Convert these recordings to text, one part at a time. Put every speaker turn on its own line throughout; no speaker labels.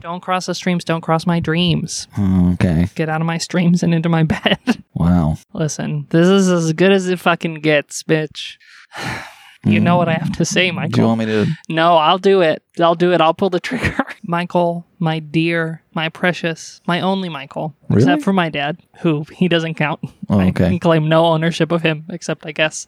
Don't cross the streams, don't cross my dreams.
Oh, okay.
Get out of my streams and into my bed.
Wow.
Listen, this is as good as it fucking gets, bitch. You know what I have to say,
Hmm. Do you
Michael.
want me to?
No, I'll do it. I'll do it. I'll pull the trigger. Michael, my dear, my precious, my only Michael,
Really?
except for my dad, who he doesn't count.
Oh,
I
okay.
can claim no ownership of him, except I guess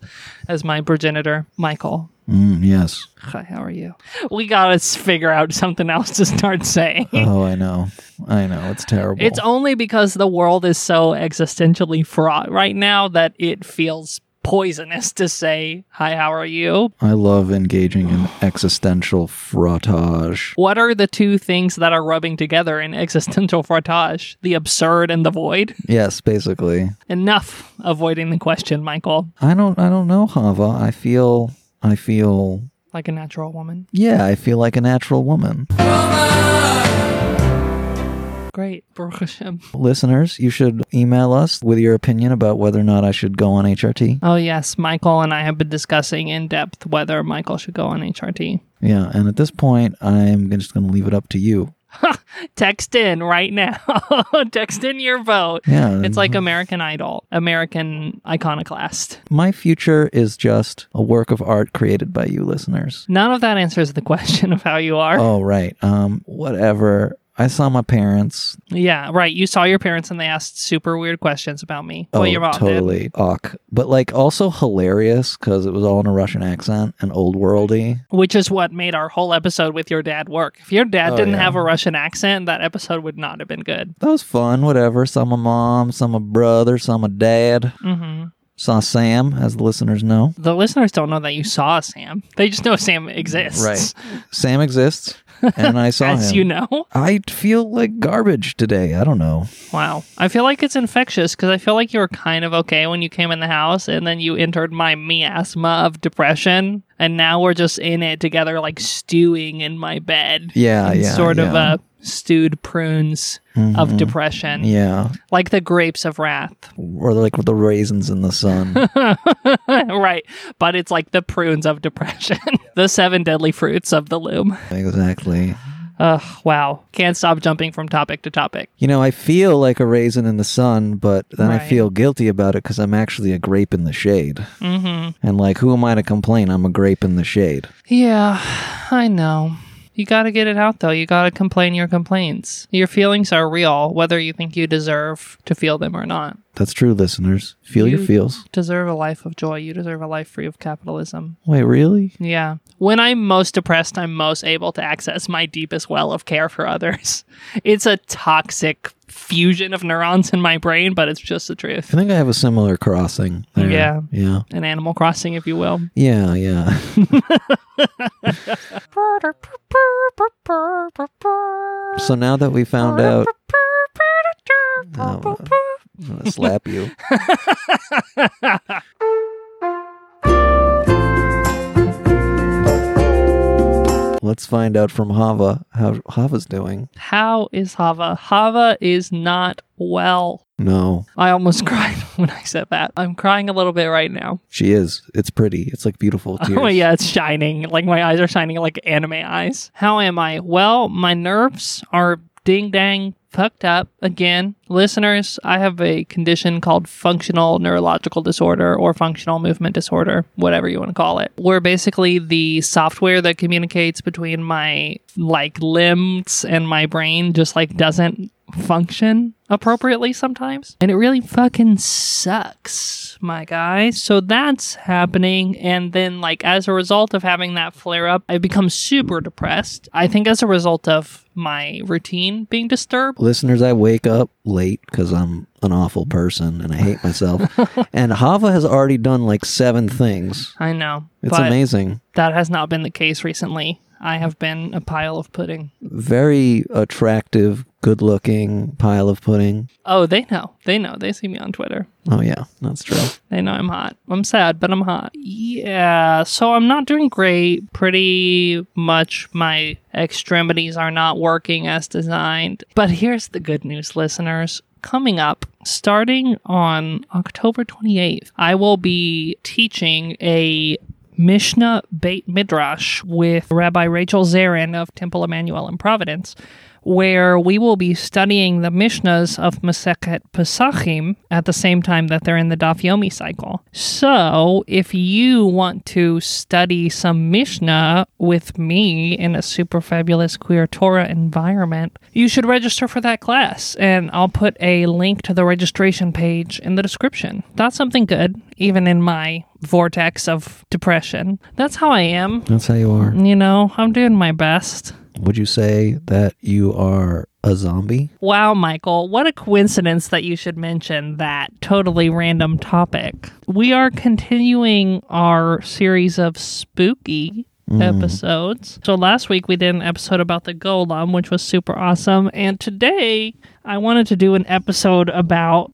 as my progenitor, Michael.
Mm, yes.
Hi, how are you? We gotta s- figure out something else to start saying.
Oh, I know. I know. It's terrible.
It's only because the world is so existentially fraught right now that it feels poisonous to say, Hi, how are you?
I love engaging in existential frottage.
What are the two things that are rubbing together in existential frottage? The absurd and the void?
Yes, basically.
Enough avoiding the question, Michael,
I don't. I don't know, Hava. I feel. I feel.
like a natural woman.
Yeah, I feel like a natural woman.
Great. Baruch Hashem.
Listeners, you should email us with your opinion about whether or not I should go on HRT.
Oh, yes. Michael and I have been discussing in depth whether Michael should go on HRT.
Yeah, and at this point, I'm just going to leave it up to you.
Text in right now. Text in your vote.
Yeah,
It's like American Idol, American Iconoclast.
my future is just a work of art created by you, listeners.
None of that answers the question of how you are.
Oh, right. Um, whatever. I saw my parents.
Yeah, right. You saw your parents and they asked super weird questions about me.
Oh,
well, your mom did.
totally. Awk. But like also hilarious because it was all in a Russian accent and old worldy.
Which is what made our whole episode with your dad work. If your dad
Oh,
didn't
yeah.
have a Russian accent, that episode would not have been good.
That was fun. Whatever. Some a mom, some a brother, some a dad.
hmm
Saw Sam, as the listeners know.
The listeners don't know that you saw Sam. They just know Sam exists.
Right. Sam exists, and I saw
As
him.
you know.
I feel like garbage today. I don't know.
Wow. I feel like it's infectious because I feel like you were kind of okay when you came in the house and then you entered my miasma of depression. And now we're just in it together, like stewing in my bed.
Yeah,
in
yeah,
Sort of
yeah. Mm-hmm.
uh, stewed prunes of depression,
Yeah,
like the grapes of wrath.
or like with the raisins in the sun.
right. But it's like the prunes of depression, the seven deadly fruits of the loom.
exactly.
Ugh, wow. Can't stop jumping from topic to topic.
You know, I feel like a raisin in the sun, but then I
Right.
feel guilty about it because I'm actually a grape in the shade.
Mm hmm.
And like, who am I to complain? I'm a grape in the shade.
Yeah, I know. You gotta get it out though. You gotta complain your complaints. Your feelings are real, whether you think you deserve to feel them or not.
That's true, listeners. Feel your
You-
feels.
Deserve a life of joy. You deserve a life free of capitalism.
Wait, really?
Yeah. When I'm most depressed, I'm most able to access my deepest well of care for others. It's a toxic fusion of neurons in my brain, but it's just the truth.
I think I have a similar crossing. there.
Yeah.
Yeah.
An Animal Crossing, if you will.
Yeah, yeah. so now that we found out, I'm gonna- I'm gonna slap you. Let's find out from Hava how Hava's doing.
How is Hava? Hava is not well.
No,
I almost cried when I said that. I'm crying a little bit right now.
she is. It's pretty. It's like beautiful tears.
Oh yeah, it's shining. Like my eyes are shining like anime eyes. How am I? Well, my nerves are ding dang fucked up again. Listeners, I have a condition called functional neurological disorder or functional movement disorder, whatever you want to call it. Where basically the software that communicates between my like limbs and my brain just like doesn't function appropriately sometimes. And it really fucking sucks, my guy. So that's happening. And then, like, as a result of having that flare up, I become super depressed. I think as a result of my routine being disturbed.
Listeners, I wake up late because I'm an awful person and I hate myself. and Hava has already done like seven things.
I know.
It's
but
amazing.
that has not been the case recently. I have been a pile of pudding.
Very attractive, good looking pile of pudding.
Oh, they know. They know. They see me on Twitter.
Oh, yeah, that's true.
They know I'm hot. I'm sad, but I'm hot. Yeah, so I'm not doing great. Pretty much my extremities are not working as designed. But here's the good news, listeners. Coming up, starting on October 28th, I will be teaching a Mishnah Beit Midrash with Rabbi Rachel Zarin of Temple Emmanuel in Providence. where we will be studying the Mishnahs of Masechet Pesachim at the same time that they're in the Daf Yomi cycle. So, if you want to study some Mishnah with me in a super fabulous queer Torah environment, you should register for that class, and I'll put a link to the registration page in the description. That's something good, even in my vortex of depression. That's how I am.
That's how you are.
You know, I'm doing my best.
Would you say that you are a zombie?
Wow, Michael, what a coincidence that you should mention that totally random topic. We are continuing our series of spooky episodes. So last week we did an episode about the golem, which was super awesome, and today I wanted to do an episode about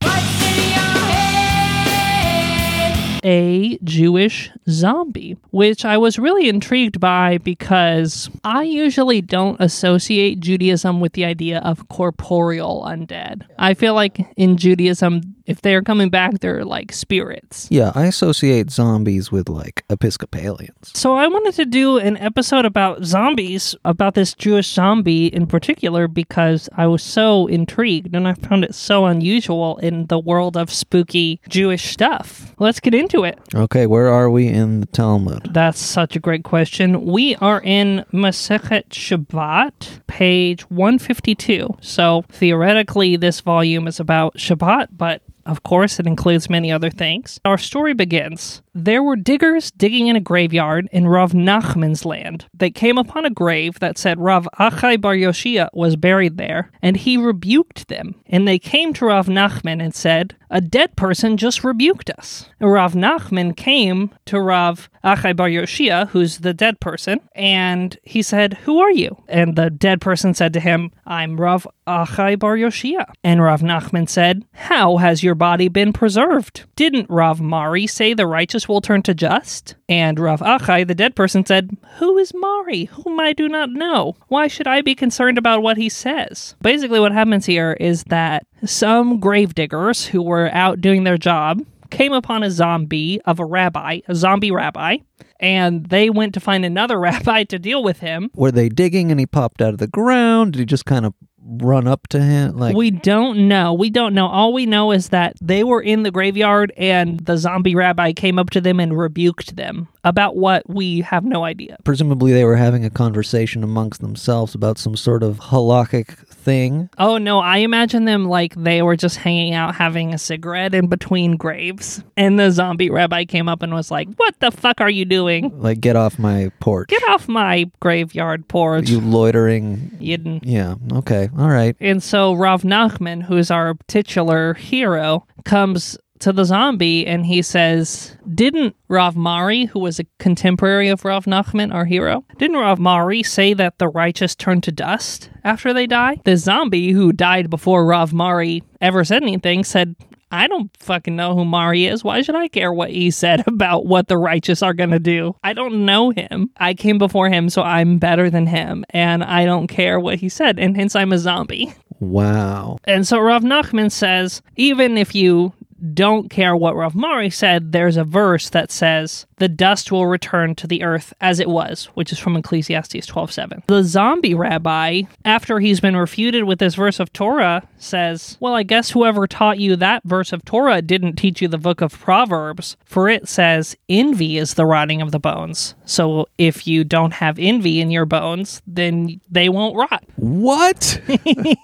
a Jewish zombie, which I was really intrigued by because I usually don't associate Judaism with the idea of corporeal undead. I feel like in Judaism, if they're coming back, they're like spirits.
Yeah, I associate zombies with like Episcopalians.
So I wanted to do an episode about zombies, about this Jewish zombie in particular, because I was so intrigued and I found it so unusual in the world of spooky Jewish stuff. Let's get into it.
Okay, where are we in the Talmud?
That's such a great question. We are in Masechet Shabbat, page 152. So theoretically, this volume is about Shabbat, but of course, it includes many other things. Our story begins. There were diggers digging in a graveyard in Rav Nachman's land. They came upon a grave that said Rav Achai Bar Yoshia was buried there, and he rebuked them. And they came to Rav Nachman and said, A dead person just rebuked us. And Rav Nachman came to Rav Achai Bar Yoshia, who's the dead person, and he said, Who are you? And the dead person said to him, I'm Rav Achai Bar Yoshia. And Rav Nachman said, How has your body been preserved? Didn't Rav Mari say the righteous will turn to just? And Rav Achai, the dead person, said, Who is Mari, whom I do not know? Why should I be concerned about what he says? Basically, what happens here is that some gravediggers who were out doing their job came upon a zombie of a rabbi, a zombie rabbi, and they went to find another rabbi to deal with him.
Were they digging and he popped out of the ground? Did he just kind of run up to him? Like,
We don't know. We don't know. All we know is that they were in the graveyard and the zombie rabbi came up to them and rebuked them about what we have no idea.
presumably they were having a conversation amongst themselves about some sort of halakhic thing.
Oh no, I imagine them like they were just hanging out having a cigarette in between graves. And the zombie rabbi came up and was like, What the fuck are you doing?
Like, get off my porch.
Get off my graveyard porch.
You loitering.
Yidden.
Yeah, okay, all right.
And so Rav Nachman, who's our titular hero, comes to the zombie and he says, Didn't Rav Mari, who was a contemporary of Rav Nachman, our hero, didn't Rav Mari say that the righteous turn to dust after they die? The zombie who died before Rav Mari ever said anything said, I don't fucking know who Mari is. Why should I care what he said about what the righteous are going to do? I don't know him. I came before him, so I'm better than him, and I don't care what he said, and hence I'm a zombie.
Wow.
And so Rav Nachman says, even if you don't care what Rav Mari said, there's a verse that says, the dust will return to the earth as it was, which is from Ecclesiastes 12.7. The zombie rabbi, after he's been refuted with this verse of Torah, says, well, I guess whoever taught you that verse of Torah didn't teach you the book of Proverbs, for it says, envy is the rotting of the bones. So if you don't have envy in your bones, then they won't rot.
What?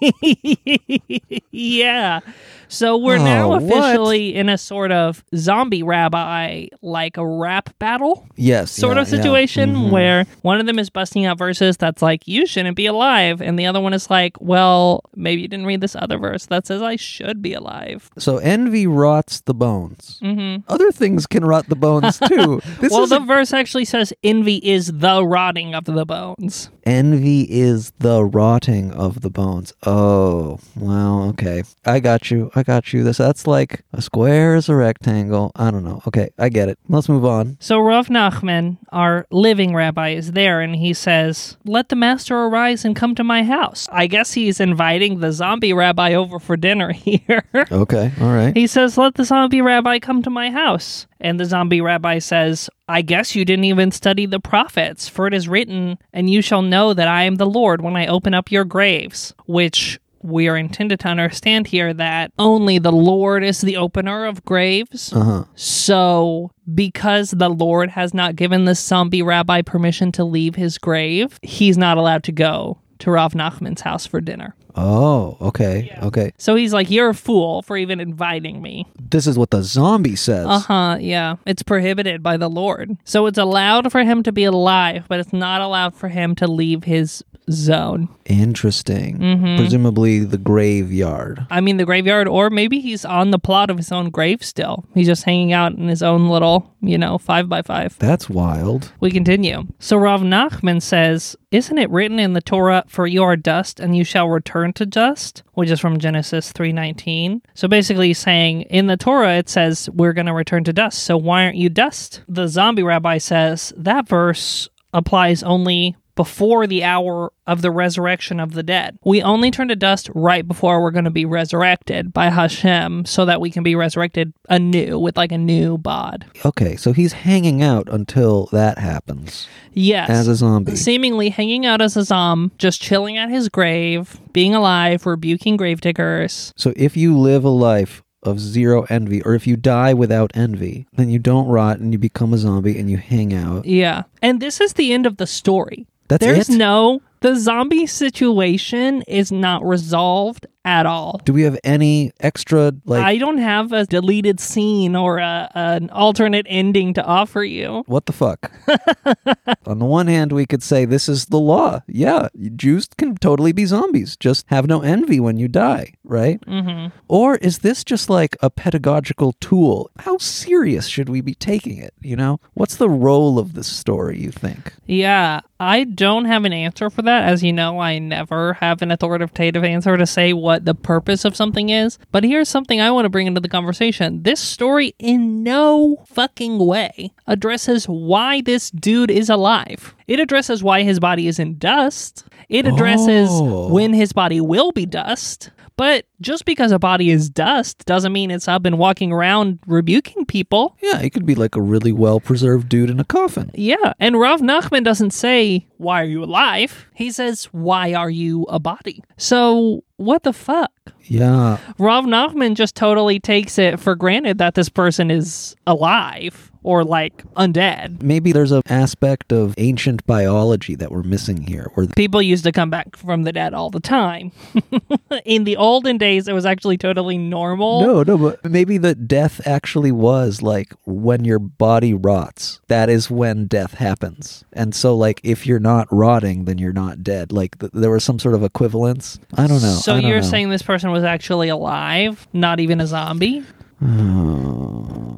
yeah. So we're
Oh,
now
what?
officially in a sort of zombie rabbi, like a rap battle
yes.
sort
yeah,
of
yeah. Mm-hmm.
situation where one of them is busting out verses that's like, you shouldn't be alive. And the other one is like, well, maybe you didn't read this other verse that says I should be alive.
So envy rots the bones. Mm-hmm. Other things can rot the bones too. This
well,
is
the verse actually says envy is the rotting of the bones.
envy is the rotting of the bones. Oh, wow. Okay, I got you. I got you. This that's like a square is a rectangle. I don't know. Okay, I get it. Let's move on.
So Rav Nachman, our living rabbi, is there and he says, Let the master arise and come to my house. I guess he's inviting the zombie rabbi over for dinner here.
Okay. All right.
he says, Let the zombie rabbi come to my house. And the zombie rabbi says, I guess you didn't even study the prophets, for it is written, And you shall know that I am the Lord when I open up your graves, which we are intended to understand here that only the Lord is the opener of graves.
Uh huh.
So, because the Lord has not given the zombie rabbi permission to leave his grave, he's not allowed to go to Rav Nachman's house for dinner.
Oh, okay. Okay.
So he's like, You're a fool for even inviting me.
This is what the zombie says.
Uh huh. Yeah. It's prohibited by the Lord. So it's allowed for him to be alive, but it's not allowed for him to leave his zone.
Interesting. Presumably the graveyard.
I mean, the graveyard, or maybe he's on the plot of his own grave still. He's just hanging out in his own little, you know, five by five.
That's wild.
We continue. So Rav Nachman says, Isn't it written in the Torah, for you are dust and you shall return to dust? Which is from Genesis 3.19. So basically he's saying, in the Torah it says, we're going to return to dust, so why aren't you dust? The zombie rabbi says, that verse applies only before the hour of the resurrection of the dead. We only turn to dust right before we're going to be resurrected by Hashem so that we can be resurrected anew with like a new bod.
Okay, so he's hanging out until that happens
Yes.
as a zombie.
seemingly hanging out as a zom, just chilling at his grave, being alive, rebuking gravediggers.
So if you live a life of zero envy, or if you die without envy, then you don't rot and you become a zombie and you hang out.
Yeah. And this is the end of the story.
That's
There's
it?
no the zombie situation is not resolved at all.
Do we have any extra like
I don't have a deleted scene or a, an alternate ending to offer you.
what the fuck? On the one hand, we could say this is the law. Yeah, Jews can totally be zombies. Just have no envy when you die, right? Mm-hmm. Or is this just like a pedagogical tool? How serious should we be taking it? You know, what's the role of this story? You think?
Yeah, I don't have an answer for that. As you know, I never have an authoritative answer to say what the purpose of something is. But here's something I want to bring into the conversation. This story, in no fucking way, addresses why this dude is alive. It addresses why his body is in dust, it addresses
Oh.
when his body will be dust. But just because a body is dust doesn't mean it's up and walking around rebuking people.
Yeah, it could be like a really well preserved dude in a coffin.
Yeah, and Rav Nachman doesn't say, Why are you alive? He says, Why are you a body? So, what the fuck?
Yeah.
Rav Nachman just totally takes it for granted that this person is alive or like undead.
Maybe there's an aspect of ancient biology that we're missing here, where
People used to come back from the dead all the time. In the olden days, it was actually totally normal.
No, no, but maybe that death actually was like when your body rots. That is when death happens. And so, like, if you're not rotting, then you're not dead. Like, th- there was some sort of equivalence. I don't know.
So
I don't
you're
know.
saying this person was actually alive, not even a zombie?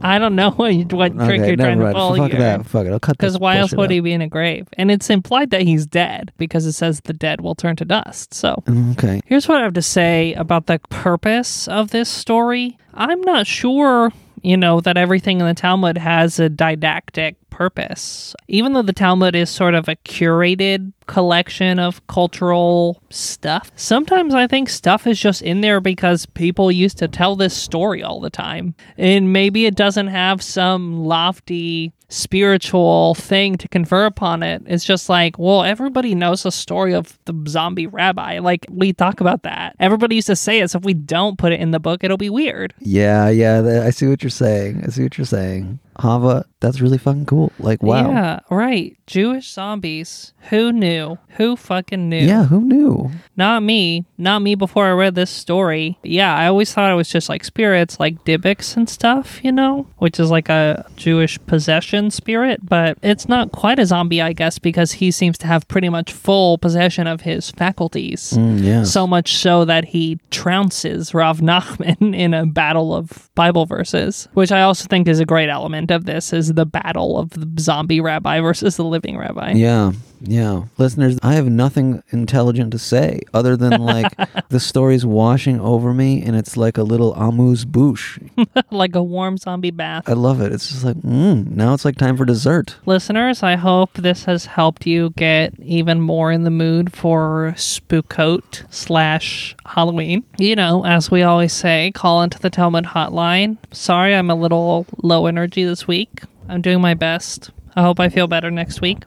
I don't know what, you- what
Okay,
trick you're
never
trying to
mind.
pull
Fuck
here.
that. Fuck it. I'll cut
Because
this
why else
bullshit
would
out.
he be in a grave? And it's implied that he's dead because it says the dead will turn to dust. So
Okay.
here's what I have to say about the purpose of this story. I'm not sure, you know, that everything in the Talmud has a didactic purpose. Even though the Talmud is sort of a curated collection of cultural stuff, sometimes I think stuff is just in there because people used to tell this story all the time. And maybe it doesn't have some lofty spiritual thing to confer upon it. It's just like, well, everybody knows the story of the zombie rabbi. Like, we talk about that. Everybody used to say it. So if we don't put it in the book, it'll be weird.
Yeah, yeah. th- I see what you're saying. I see what you're saying. Hava, that's really fucking cool. Like, wow.
Yeah, right. Jewish zombies. Who knew? Who fucking knew?
Yeah, who knew?
Not me. Not me before I read this story. Yeah, I always thought it was just like spirits, like Dybbuk's and stuff, you know? Which is like a Jewish possession spirit, but it's not quite a zombie, I guess, because he seems to have pretty much full possession of his faculties.
Mm, yeah.
So much so that he trounces Rav Nachman in a battle of Bible verses, which I also think is a great element of this is the battle of the zombie rabbi versus the living rabbi.
yeah. Yeah. Listeners, I have nothing intelligent to say other than like the story's washing over me and it's like a little amuse bouche.
like a warm zombie bath.
I love it. It's just like, mm, now it's like time for dessert.
Listeners, I hope this has helped you get even more in the mood for Spookout slash Halloween. You know, as we always say, call into the Talmud hotline. Sorry, I'm a little low energy this week. I'm doing my best. I hope I feel better next week.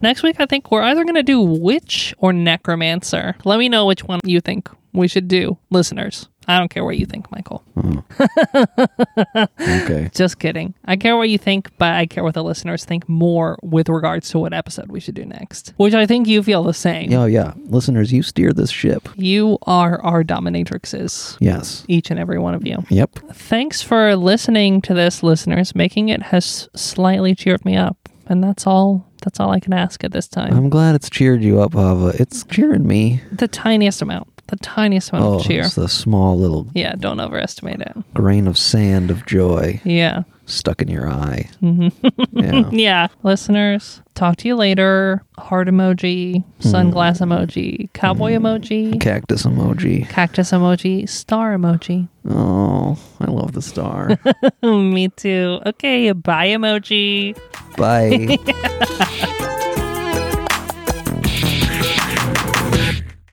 Next week, I think we're either going to do witch or necromancer. Let me know which one you think we should do, listeners. I don't care what you think, Michael.
Okay.
Just kidding. I care what you think, but I care what the listeners think more with regards to what episode we should do next, which I think you feel the same.
Oh, yeah. Listeners, you steer this ship.
You are our dominatrixes,
Yes.
each and every one of you.
Yep.
Thanks for listening to this, listeners. Making it has slightly cheered me up, and that's all. That's all I can ask at this time.
I'm glad it's cheered you up, Hava. It's cheering me.
the tiniest amount, the tiniest amount
Oh,
of cheer.
it's the small little
Yeah, don't overestimate it.
grain of sand of joy
Yeah.
stuck in your eye. yeah.
Yeah. Listeners, talk to you later. Heart emoji,
Hmm.
sunglass emoji, cowboy emoji,
Cactus emoji.
cactus emoji, star emoji.
Oh, I love the star.
Me too. Okay, bye emoji.
Bye.